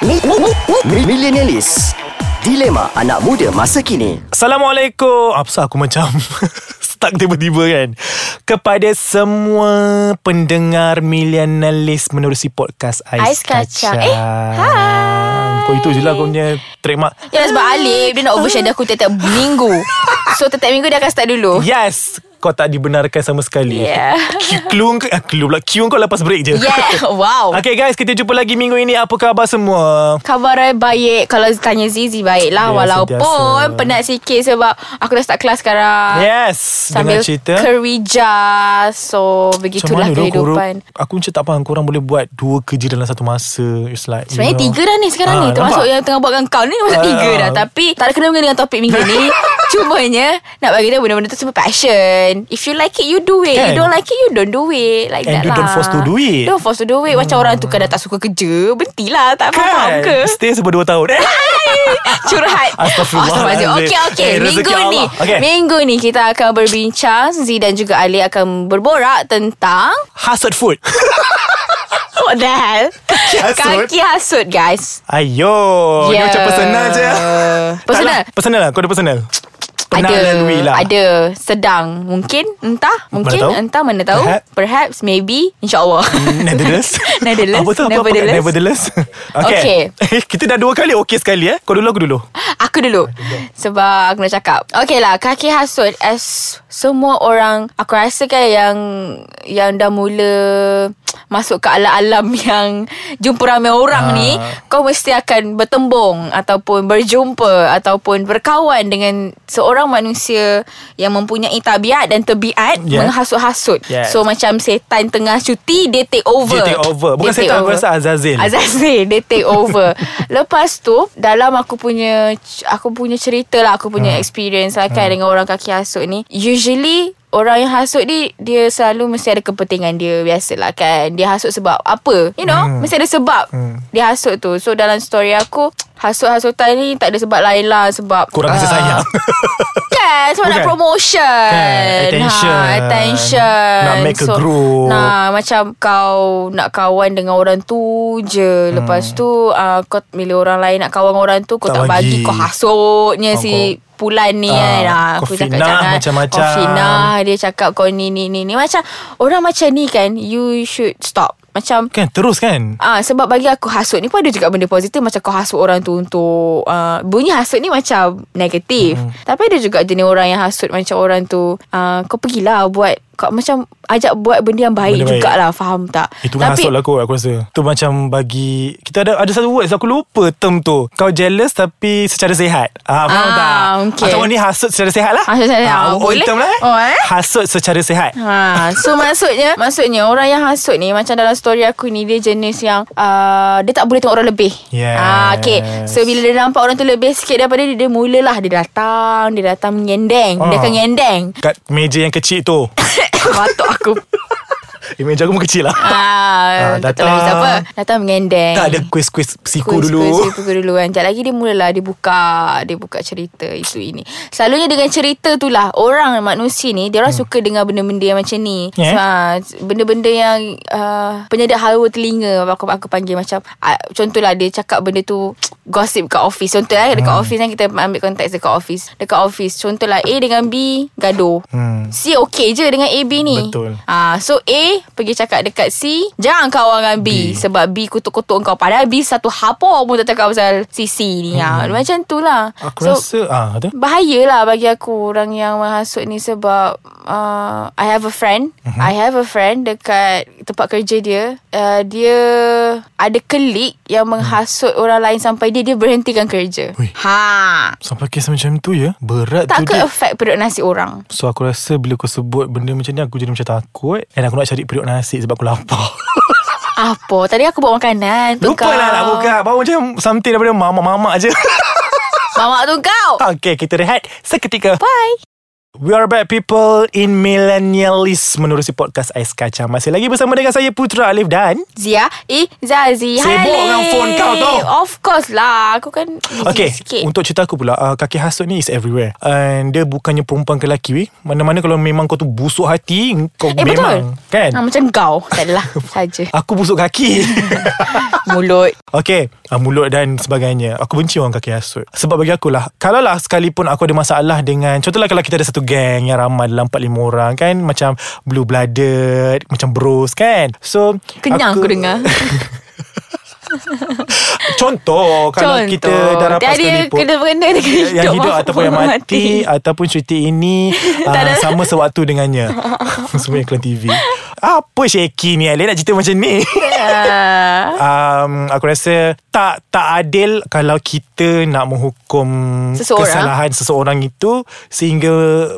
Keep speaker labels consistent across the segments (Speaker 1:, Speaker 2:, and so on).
Speaker 1: Mi- mi- mi- mi- Millenialis Dilema anak muda masa kini
Speaker 2: Assalamualaikum Apa ah, aku macam Stuck tiba-tiba kan Kepada semua Pendengar Millennialis Menerusi podcast Ais,
Speaker 3: Ais Kacang. Eh, hai.
Speaker 2: Kau itu je lah Kau punya trademark
Speaker 3: Ya sebab Alif Dia nak overshadow aku tiap-tiap minggu So tiap-tiap minggu dia akan start dulu
Speaker 2: Yes Kau tak dibenarkan sama sekali
Speaker 3: Yeah.
Speaker 2: Q- Clue kau- ah, Clue pula Q kau lepas break je
Speaker 3: Yeah Wow
Speaker 2: Okay guys Kita jumpa lagi minggu ini Apa khabar semua
Speaker 3: Khabar saya baik Kalau tanya Zizi baik lah
Speaker 2: Biasa,
Speaker 3: Walaupun
Speaker 2: biasa.
Speaker 3: penat sikit Sebab aku dah start kelas sekarang
Speaker 2: Yes
Speaker 3: Ah. Sambil
Speaker 2: Dengan cerita
Speaker 3: kerja So begitulah
Speaker 2: dok
Speaker 3: kehidupan
Speaker 2: korang, Aku macam tak faham Korang boleh buat Dua kerja dalam satu masa It's like you
Speaker 3: Sebenarnya
Speaker 2: know.
Speaker 3: tiga dah ni sekarang
Speaker 2: Ah,
Speaker 3: ni Termasuk
Speaker 2: nampak?
Speaker 3: yang tengah buatkan kau ni Masuk
Speaker 2: Ah.
Speaker 3: tiga dah Tapi tak ada kena-mengena dengan topik minggu ni Cumanya Nak bagi tahu benda-benda tu semua passion If you like it you do it You
Speaker 2: Kan?
Speaker 3: don't like it you don't do it Like
Speaker 2: And
Speaker 3: that
Speaker 2: you
Speaker 3: lah
Speaker 2: don't force to do it. Ah.
Speaker 3: Don't force to do it Macam orang tu kan dah tak suka kerja Bentilah tak faham ke
Speaker 2: Kan? Stay sebab 2 tahun eh?
Speaker 3: Curhat
Speaker 2: Astaghfirullahalazim.
Speaker 3: Okay okay
Speaker 2: Eh, rezeki
Speaker 3: Minggu ni
Speaker 2: Allah. Okay.
Speaker 3: Minggu ni kita akan berbincang Z dan juga Ali akan berborak tentang
Speaker 2: Hasut food
Speaker 3: What the hell Kaki
Speaker 2: hasut.
Speaker 3: Kaki hasut guys
Speaker 2: Ayo Dia
Speaker 3: Yeah.
Speaker 2: macam personal je
Speaker 3: Personal?
Speaker 2: Tak lah, Personal lah Kau ada personal Pernah
Speaker 3: ada,
Speaker 2: lalui lah
Speaker 3: Ada Sedang Mungkin Entah Mungkin
Speaker 2: tahu?
Speaker 3: Entah mana tahu
Speaker 2: Perhaps.
Speaker 3: Perhaps, Perhaps Maybe InsyaAllah
Speaker 2: Nevertheless
Speaker 3: Nevertheless,
Speaker 2: Apa tu apa, apa
Speaker 3: nevertheless.
Speaker 2: Nevertheless
Speaker 3: Okay.
Speaker 2: Okay, okay. Kita dah dua kali Okay sekali eh Kau dulu aku dulu
Speaker 3: Aku
Speaker 2: Ah,
Speaker 3: dulu Sebab aku nak cakap Okay lah Kaki hasut As semua orang Aku rasa kan yang Yang dah mula Masuk ke alam-alam yang Jumpa ramai orang
Speaker 2: Ah.
Speaker 3: ni Kau mesti akan bertembung Ataupun berjumpa Ataupun berkawan dengan Seorang manusia Yang mempunyai tabiat dan terbiat
Speaker 2: Yeah.
Speaker 3: Menghasut-hasut
Speaker 2: Yes.
Speaker 3: So macam setan tengah cuti Dia take over
Speaker 2: Dia take over. Bukan
Speaker 3: Dia take
Speaker 2: setan, aku
Speaker 3: over.
Speaker 2: rasa Azazil.
Speaker 3: Azazil Dia take over Lepas tu Dalam aku punya Aku punya cerita lah Aku
Speaker 2: Hmm.
Speaker 3: punya experience lah kan Dengan orang kaki hasut ni Usually Orang yang hasut ni Dia selalu mesti ada kepentingan dia Biasalah kan Dia hasut sebab apa You know
Speaker 2: Hmm.
Speaker 3: Mesti ada sebab
Speaker 2: Hmm.
Speaker 3: Dia hasut tu So dalam story aku Hasut-hasutan ni Tak ada sebab lain lah Sebab
Speaker 2: Kurang
Speaker 3: ah,
Speaker 2: kasih sayang
Speaker 3: Kan Sebab nak
Speaker 2: Bukan.
Speaker 3: promotion
Speaker 2: Kan, attention.
Speaker 3: ha, Attention
Speaker 2: Nak make a group.
Speaker 3: Nah Ah, macam kau Nak kawan dengan orang tu je Lepas tu uh, Kau milih orang lain Nak kawan dengan orang tu Kau
Speaker 2: Hmm. Tak
Speaker 3: tak, bagi.
Speaker 2: bagi.
Speaker 3: Kau hasutnya
Speaker 2: Oh,
Speaker 3: si Pulan ni
Speaker 2: Ah,
Speaker 3: kan Ah,
Speaker 2: kau fitnah macam-macam.
Speaker 3: Kau "Oh, fitnah Dia cakap kau ni ni ni ni Macam Orang macam ni kan You should stop Macam
Speaker 2: Kan terus kan
Speaker 3: Ah sebab bagi aku hasut ni pun ada juga benda positif macam kau hasut orang tu untuk uh, bunyi hasut ni macam negatif. Hmm. Tapi ada juga jenis orang yang hasut macam orang tu uh, kau pergilah buat kau macam ajak buat benda yang baik
Speaker 2: Benda baik.
Speaker 3: jugalah faham tak?
Speaker 2: Itu kan hasut lah kot aku rasa Tu macam bagi Kita ada ada satu words Aku lupa term tu Kau jealous tapi secara sehat ah, Faham
Speaker 3: Ah,
Speaker 2: tak?
Speaker 3: okay.
Speaker 2: Atau ni hasut secara sehat lah
Speaker 3: Hasut secara-
Speaker 2: Ah,
Speaker 3: ah,
Speaker 2: old
Speaker 3: boleh.
Speaker 2: term lah, eh?
Speaker 3: Oh, eh?
Speaker 2: Hasut secara sehat
Speaker 3: Ha, so maksudnya maksudnya orang yang hasut ni macam dalam story aku ni dia jenis yang uh, dia tak boleh tengok orang lebih.
Speaker 2: Yes.
Speaker 3: Ah okay. So bila dia nampak orang tu lebih sikit daripada dia dia mulalah dia datang, dia datang mengendeng, dia
Speaker 2: Ah.
Speaker 3: akan mengendeng.
Speaker 2: Kat meja yang kecil tu
Speaker 3: Batuk aku
Speaker 2: eh, Meja aku pun kecil lah Ah,
Speaker 3: Ah, tak tahu lagi
Speaker 2: datang.
Speaker 3: siapa. Datang mengendeng.
Speaker 2: Tak ada kuis-kuis psiku
Speaker 3: Kuis-
Speaker 2: dulu
Speaker 3: kuis- Kuis, kuis dulu kan. Sekejap lagi dia mulalah dia buka, dia buka cerita itu ini. Selalunya dengan cerita tu lah orang manusia ni dia orang hmm. suka dengar benda-benda yang macam ni.
Speaker 2: Yeah.
Speaker 3: So, ah, benda-benda yang uh, penyedap hawa telinga aku aku panggil macam uh, contohlah dia cakap benda tu gosip kat office. Contohlah dekat hmm. office kan kita ambil konteks dekat office. Dekat office contohlah A dengan B gaduh.
Speaker 2: Hmm.
Speaker 3: C okey je dengan A B ni.
Speaker 2: Betul.
Speaker 3: Ah, so A pergi cakap dekat C, jangan kawan dengan B,
Speaker 2: B.
Speaker 3: B. sebab B kutuk-kutuk kau padahal B satu hapor pun tak cakap pasal CC ni. Hmm. Ah, macam tu lah.
Speaker 2: Aku rasa ah, tu.
Speaker 3: Bahayalah bagi aku orang yang menghasut ni sebab uh, I have a friend.
Speaker 2: Mhm.
Speaker 3: Uh-huh. I have a friend dekat tempat kerja dia. Uh, dia ada kelik yang menghasut orang lain sampai dia dia berhentikan kerja.
Speaker 2: Hmm. Ui.
Speaker 3: Ha.
Speaker 2: Sampai kes macam tu ya Berat
Speaker 3: Tak
Speaker 2: tu
Speaker 3: ke
Speaker 2: dia
Speaker 3: affect periuk nasi orang?
Speaker 2: So aku rasa bila kau sebut benda macam ni Aku jadi macam takut And aku nak cari periuk nasi sebab aku lapar
Speaker 3: Apa? Tadi aku buat makanan untuk
Speaker 2: Lupa lah
Speaker 3: kau.
Speaker 2: nak buka Baru macam something daripada mamak-mamak je
Speaker 3: Mamak tu kau.
Speaker 2: Okay kita rehat seketika
Speaker 3: Bye.
Speaker 2: We are back people in Millennialist menerusi podcast Ais Kacang. Masih lagi bersama dengan saya Putra Alif dan
Speaker 3: Zia Izazi
Speaker 2: Sibuk dengan phone kau tu.
Speaker 3: Of course lah Aku kan busy
Speaker 2: Okay
Speaker 3: sikit
Speaker 2: Untuk cerita aku pula uh, Kaki hasut ni is everywhere And dia bukannya perempuan ke lelaki weh. Mana-mana kalau memang kau tu busuk hati Kau
Speaker 3: Eh
Speaker 2: memang
Speaker 3: betul
Speaker 2: Kan
Speaker 3: ha, Macam kau Tak adalah Saja
Speaker 2: Aku busuk kaki
Speaker 3: Mulut
Speaker 2: Okay uh, Mulut dan sebagainya Aku benci orang kaki hasut Sebab bagi aku lah Kalau lah sekalipun aku ada masalah dengan Contohlah kalau kita ada satu geng Yang ramai dalam 4-5 orang kan Macam blue blooded Macam bros kan So
Speaker 3: Kenyang aku dengar.
Speaker 2: Contoh Kalau
Speaker 3: Contoh
Speaker 2: kita dah rapat
Speaker 3: Dia ada
Speaker 2: sekalipun
Speaker 3: kena-mengena Dengan hidup
Speaker 2: yang hidup
Speaker 3: maupun
Speaker 2: ataupun yang mati, ataupun cuti ini
Speaker 3: Tak
Speaker 2: uh,
Speaker 3: ada.
Speaker 2: sama sewaktu dengannya semua iklan TV apa shaky ni Alin nak cerita macam ni
Speaker 3: Ah.
Speaker 2: um, aku rasa tak tak adil kalau kita nak menghukum
Speaker 3: Seseorang.
Speaker 2: kesalahan seseorang itu sehingga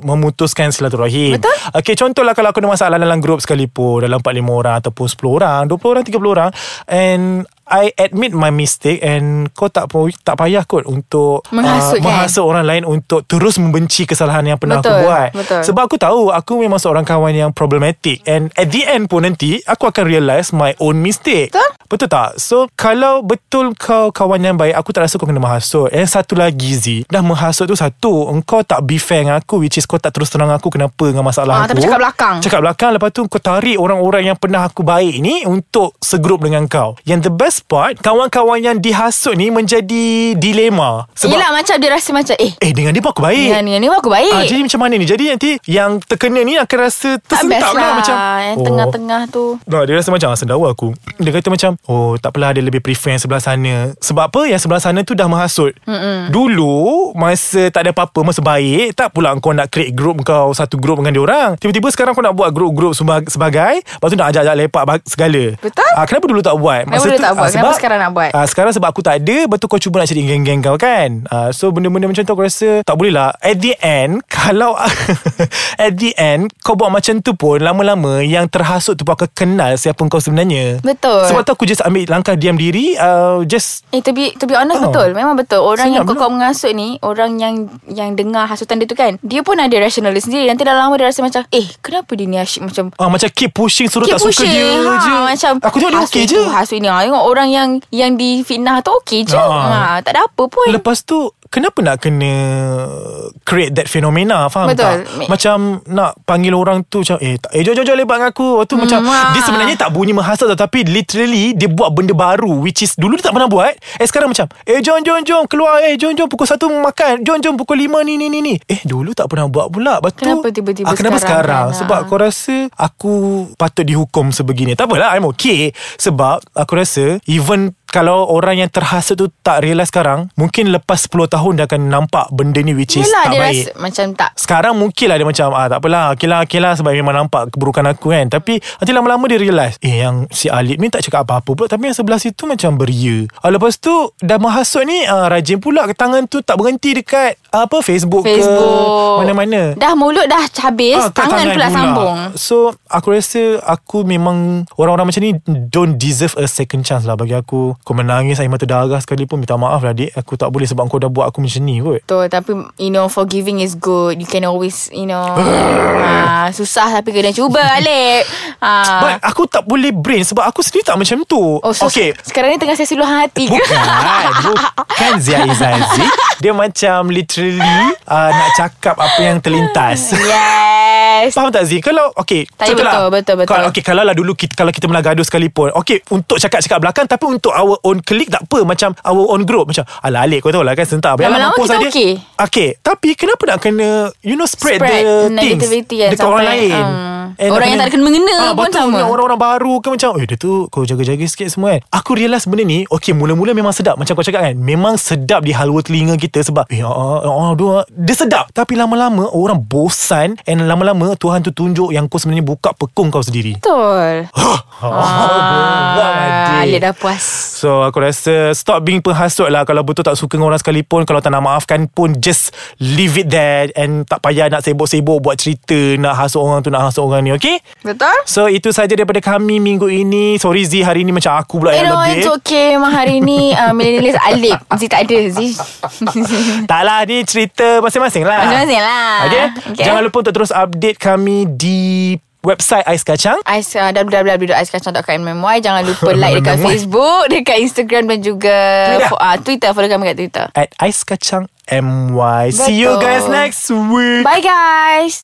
Speaker 2: memutuskan silaturahim.
Speaker 3: Betul.
Speaker 2: Okey contohlah kalau aku ada masalah dalam grup sekalipun dalam 4 5 orang ataupun 10 orang, 20 orang, 30 orang and I admit my mistake and kau tak perlu- tak payah kot untuk uh,
Speaker 3: Menghasut, kan?
Speaker 2: menghasut orang lain untuk terus membenci kesalahan yang pernah aku
Speaker 3: Betul,
Speaker 2: buat.
Speaker 3: betul.
Speaker 2: Sebab aku tahu aku memang seorang kawan yang problematic and at the end pun nanti aku akan realise my own mistake.
Speaker 3: Betul.
Speaker 2: Betul tak? So kalau betul kau kawan yang baik Aku tak rasa kau kena menghasut Eh satu lagi Z Dah menghasut tu satu Engkau tak be fair dengan aku Which is kau tak terus terang aku Kenapa dengan masalah
Speaker 3: Ah,
Speaker 2: aku
Speaker 3: tapi cakap belakang.
Speaker 2: Cakap belakang Lepas tu kau tarik orang-orang Yang pernah aku baik ni Untuk segrup dengan kau Yang the best part Kawan-kawan yang dihasut ni Menjadi dilema Sebab
Speaker 3: Yelah macam dia rasa macam Eh
Speaker 2: Eh dengan dia pun aku baik
Speaker 3: dengan, dengan ni pun aku baik
Speaker 2: Ah, jadi macam mana ni Jadi nanti Yang terkena ni Akan rasa
Speaker 3: Eh. Tak best
Speaker 2: tersentak
Speaker 3: lah
Speaker 2: Macam
Speaker 3: Yang
Speaker 2: oh.
Speaker 3: tengah-tengah tu
Speaker 2: No, dia rasa macam ah, sendawa aku Dia kata macam Oh tak apalah dia lebih prefer yang sebelah sana Sebab apa yang sebelah sana tu dah menghasut Mm-mm. Dulu Masa tak ada apa-apa Masa baik Tak pula kau nak create group kau Satu group dengan dia orang Tiba-tiba sekarang kau nak buat group-group seba- Sebagai Lepas tu nak ajak-ajak lepak bag- segala
Speaker 3: Betul.
Speaker 2: ah, Kenapa dulu tak buat
Speaker 3: Kenapa dulu tak buat? Kenapa sekarang nak buat?
Speaker 2: ah, Sekarang sebab aku tak ada Lepas tu kau cuba nak cari geng-geng kau kan ah, So benda-benda macam tu aku rasa Tak boleh lah At the end Kalau At the end Kau buat macam tu pun Lama-lama Yang terhasut tu pun akan kenal Siapa kau sebenarnya
Speaker 3: Betul.
Speaker 2: Sebab tu aku just ambil Langkah diam diri uh, Just
Speaker 3: Eh to be, to be honest
Speaker 2: Oh.
Speaker 3: betul Memang betul Orang
Speaker 2: Senyap
Speaker 3: yang kau,
Speaker 2: pula.
Speaker 3: kau mengasut ni Orang yang Yang dengar hasutan dia tu kan Dia pun ada rasional dia sendiri Nanti dah lama dia rasa macam Eh kenapa dia ni asyik macam
Speaker 2: ah, Macam keep pushing Suruh
Speaker 3: Keep
Speaker 2: tak suka
Speaker 3: pushing
Speaker 2: dia
Speaker 3: ha,
Speaker 2: je
Speaker 3: Macam Ah,
Speaker 2: Aku tengok dia
Speaker 3: hasut
Speaker 2: okey
Speaker 3: tu,
Speaker 2: je
Speaker 3: Hasut ni ha, Tengok orang yang Yang difitnah tu okey je
Speaker 2: Ah.
Speaker 3: ha. Tak ada apa pun
Speaker 2: Lepas tu Kenapa nak kena Create that phenomena Faham
Speaker 3: Betul.
Speaker 2: tak Macam Nak panggil orang tu Macam eh, tak, eh jom jom jom lepak dengan aku Lepas tu macam
Speaker 3: ah.
Speaker 2: Dia sebenarnya tak bunyi menghasut tau Tapi literally Dia buat benda baru Which is Dulu dia tak pernah buat Eh sekarang macam Eh jom jom jom Keluar eh jom jom Pukul 1 makan Jom jom pukul 5 ni ni ni ni Eh dulu tak pernah buat pula Lepas tu
Speaker 3: Kenapa tiba-tiba
Speaker 2: ah, Kenapa sekarang,
Speaker 3: sekarang kan?
Speaker 2: Sebab
Speaker 3: Ah.
Speaker 2: kau rasa aku patut dihukum sebegini. Tak apalah, I'm okay. Sebab aku rasa even kalau orang yang terhasut tu tak realise sekarang, mungkin lepas 10 tahun dia akan nampak benda ni which is
Speaker 3: Yelah
Speaker 2: tak
Speaker 3: dia
Speaker 2: baik.
Speaker 3: rasa macam tak
Speaker 2: Sekarang mungkin lah dia macam ah, Tak apalah Okay lah, okay lah Sebab memang nampak keburukan aku kan Tapi nanti lama-lama dia realise Eh yang si Alip ni tak cakap apa-apa pula Tapi yang sebelah situ macam beria ah, Lepas tu Dah menghasut ni ah, Rajin pula ke tangan tu Tak berhenti dekat ah, Apa Facebook,
Speaker 3: Facebook
Speaker 2: ke Mana-mana
Speaker 3: Dah mulut dah habis
Speaker 2: Ah,
Speaker 3: ah,
Speaker 2: kat
Speaker 3: tangan, pula sambung
Speaker 2: So aku rasa Aku memang Orang-orang macam ni Don't deserve a second chance lah Bagi aku Kau menangis air mata darah sekali pun Minta maaf lah dik Aku tak boleh sebab kau dah buat aku macam ni kot
Speaker 3: Betul Tapi you know Forgiving is good You can always You know ha, Susah tapi kena cuba Alip
Speaker 2: But
Speaker 3: ha.
Speaker 2: aku tak boleh brain Sebab aku sendiri tak macam tu
Speaker 3: Oh so
Speaker 2: Okay
Speaker 3: Sekarang ni tengah sesi luahan hati ke
Speaker 2: Bukan Bukan Zia Izazi Dia macam literally uh, Nak cakap apa yang terlintas
Speaker 3: Ya. Yes
Speaker 2: Faham tak Zee? Kalau okay,
Speaker 3: Tak, betul, betul, betul.
Speaker 2: Kalau, okay, kalau lah dulu kita, kalau kita pernah gaduh sekalipun. Okay, untuk cakap-cakap belakang tapi untuk our own clique tak apa. Macam our own group. Macam, alah alik kau tahu lah kan sentak. Biarlah
Speaker 3: Lama-lama
Speaker 2: mampus
Speaker 3: kita
Speaker 2: lah dia.
Speaker 3: okey.
Speaker 2: Okay, tapi kenapa nak kena you know spread,
Speaker 3: Spread
Speaker 2: the things
Speaker 3: negativity kan
Speaker 2: dekat orang
Speaker 3: sampai,
Speaker 2: lain.
Speaker 3: um,
Speaker 2: And
Speaker 3: orang
Speaker 2: nak
Speaker 3: yang tak
Speaker 2: kena-
Speaker 3: kena-mengena
Speaker 2: Ah,
Speaker 3: pun
Speaker 2: betul,
Speaker 3: sama.
Speaker 2: ni Orang-orang baru ke macam, eh dia tu kau jaga-jaga sikit semua kan. Aku realise benda ni, okay mula-mula memang sedap. Macam kau cakap kan, memang sedap di halwa telinga kita sebab, eh ah, ah, ah, aduh, ah. dia sedap. Tapi lama-lama orang bosan and lama-lama Tuhan tu tunjuk yang kau sebenarnya buka pekung kau sendiri.
Speaker 3: Betul
Speaker 2: Oh,
Speaker 3: Ah,
Speaker 2: buat adik.
Speaker 3: Alip dah puas
Speaker 2: So aku rasa Stop being penghasut lah Kalau betul tak suka dengan orang sekalipun Kalau tak nak maafkan pun Just leave it there And tak payah nak sibuk-sibuk Buat cerita Nak hasut orang tu Nak hasut orang ni Okay
Speaker 3: Betul?
Speaker 2: So itu saja daripada kami minggu ini Sorry Z hari ni macam aku pula
Speaker 3: You
Speaker 2: yang
Speaker 3: know
Speaker 2: lebih
Speaker 3: it's okay Memang hari ni uh, Millennialist Alip Zee tak ada Zee
Speaker 2: Ah. Tak lah ni cerita masing-masing lah
Speaker 3: Masing-masing lah
Speaker 2: okay? okay Jangan lupa untuk terus update kami Di website Ais Kacang
Speaker 3: Ais, uh, www.aiskacang.com.my Jangan lupa like dekat
Speaker 2: MMY.
Speaker 3: Facebook Dekat Instagram dan juga
Speaker 2: Twitter.
Speaker 3: fo- uh, Twitter Follow kami kat Twitter
Speaker 2: At Ais Kacang MY See you
Speaker 3: Betul.
Speaker 2: guys next week
Speaker 3: Bye guys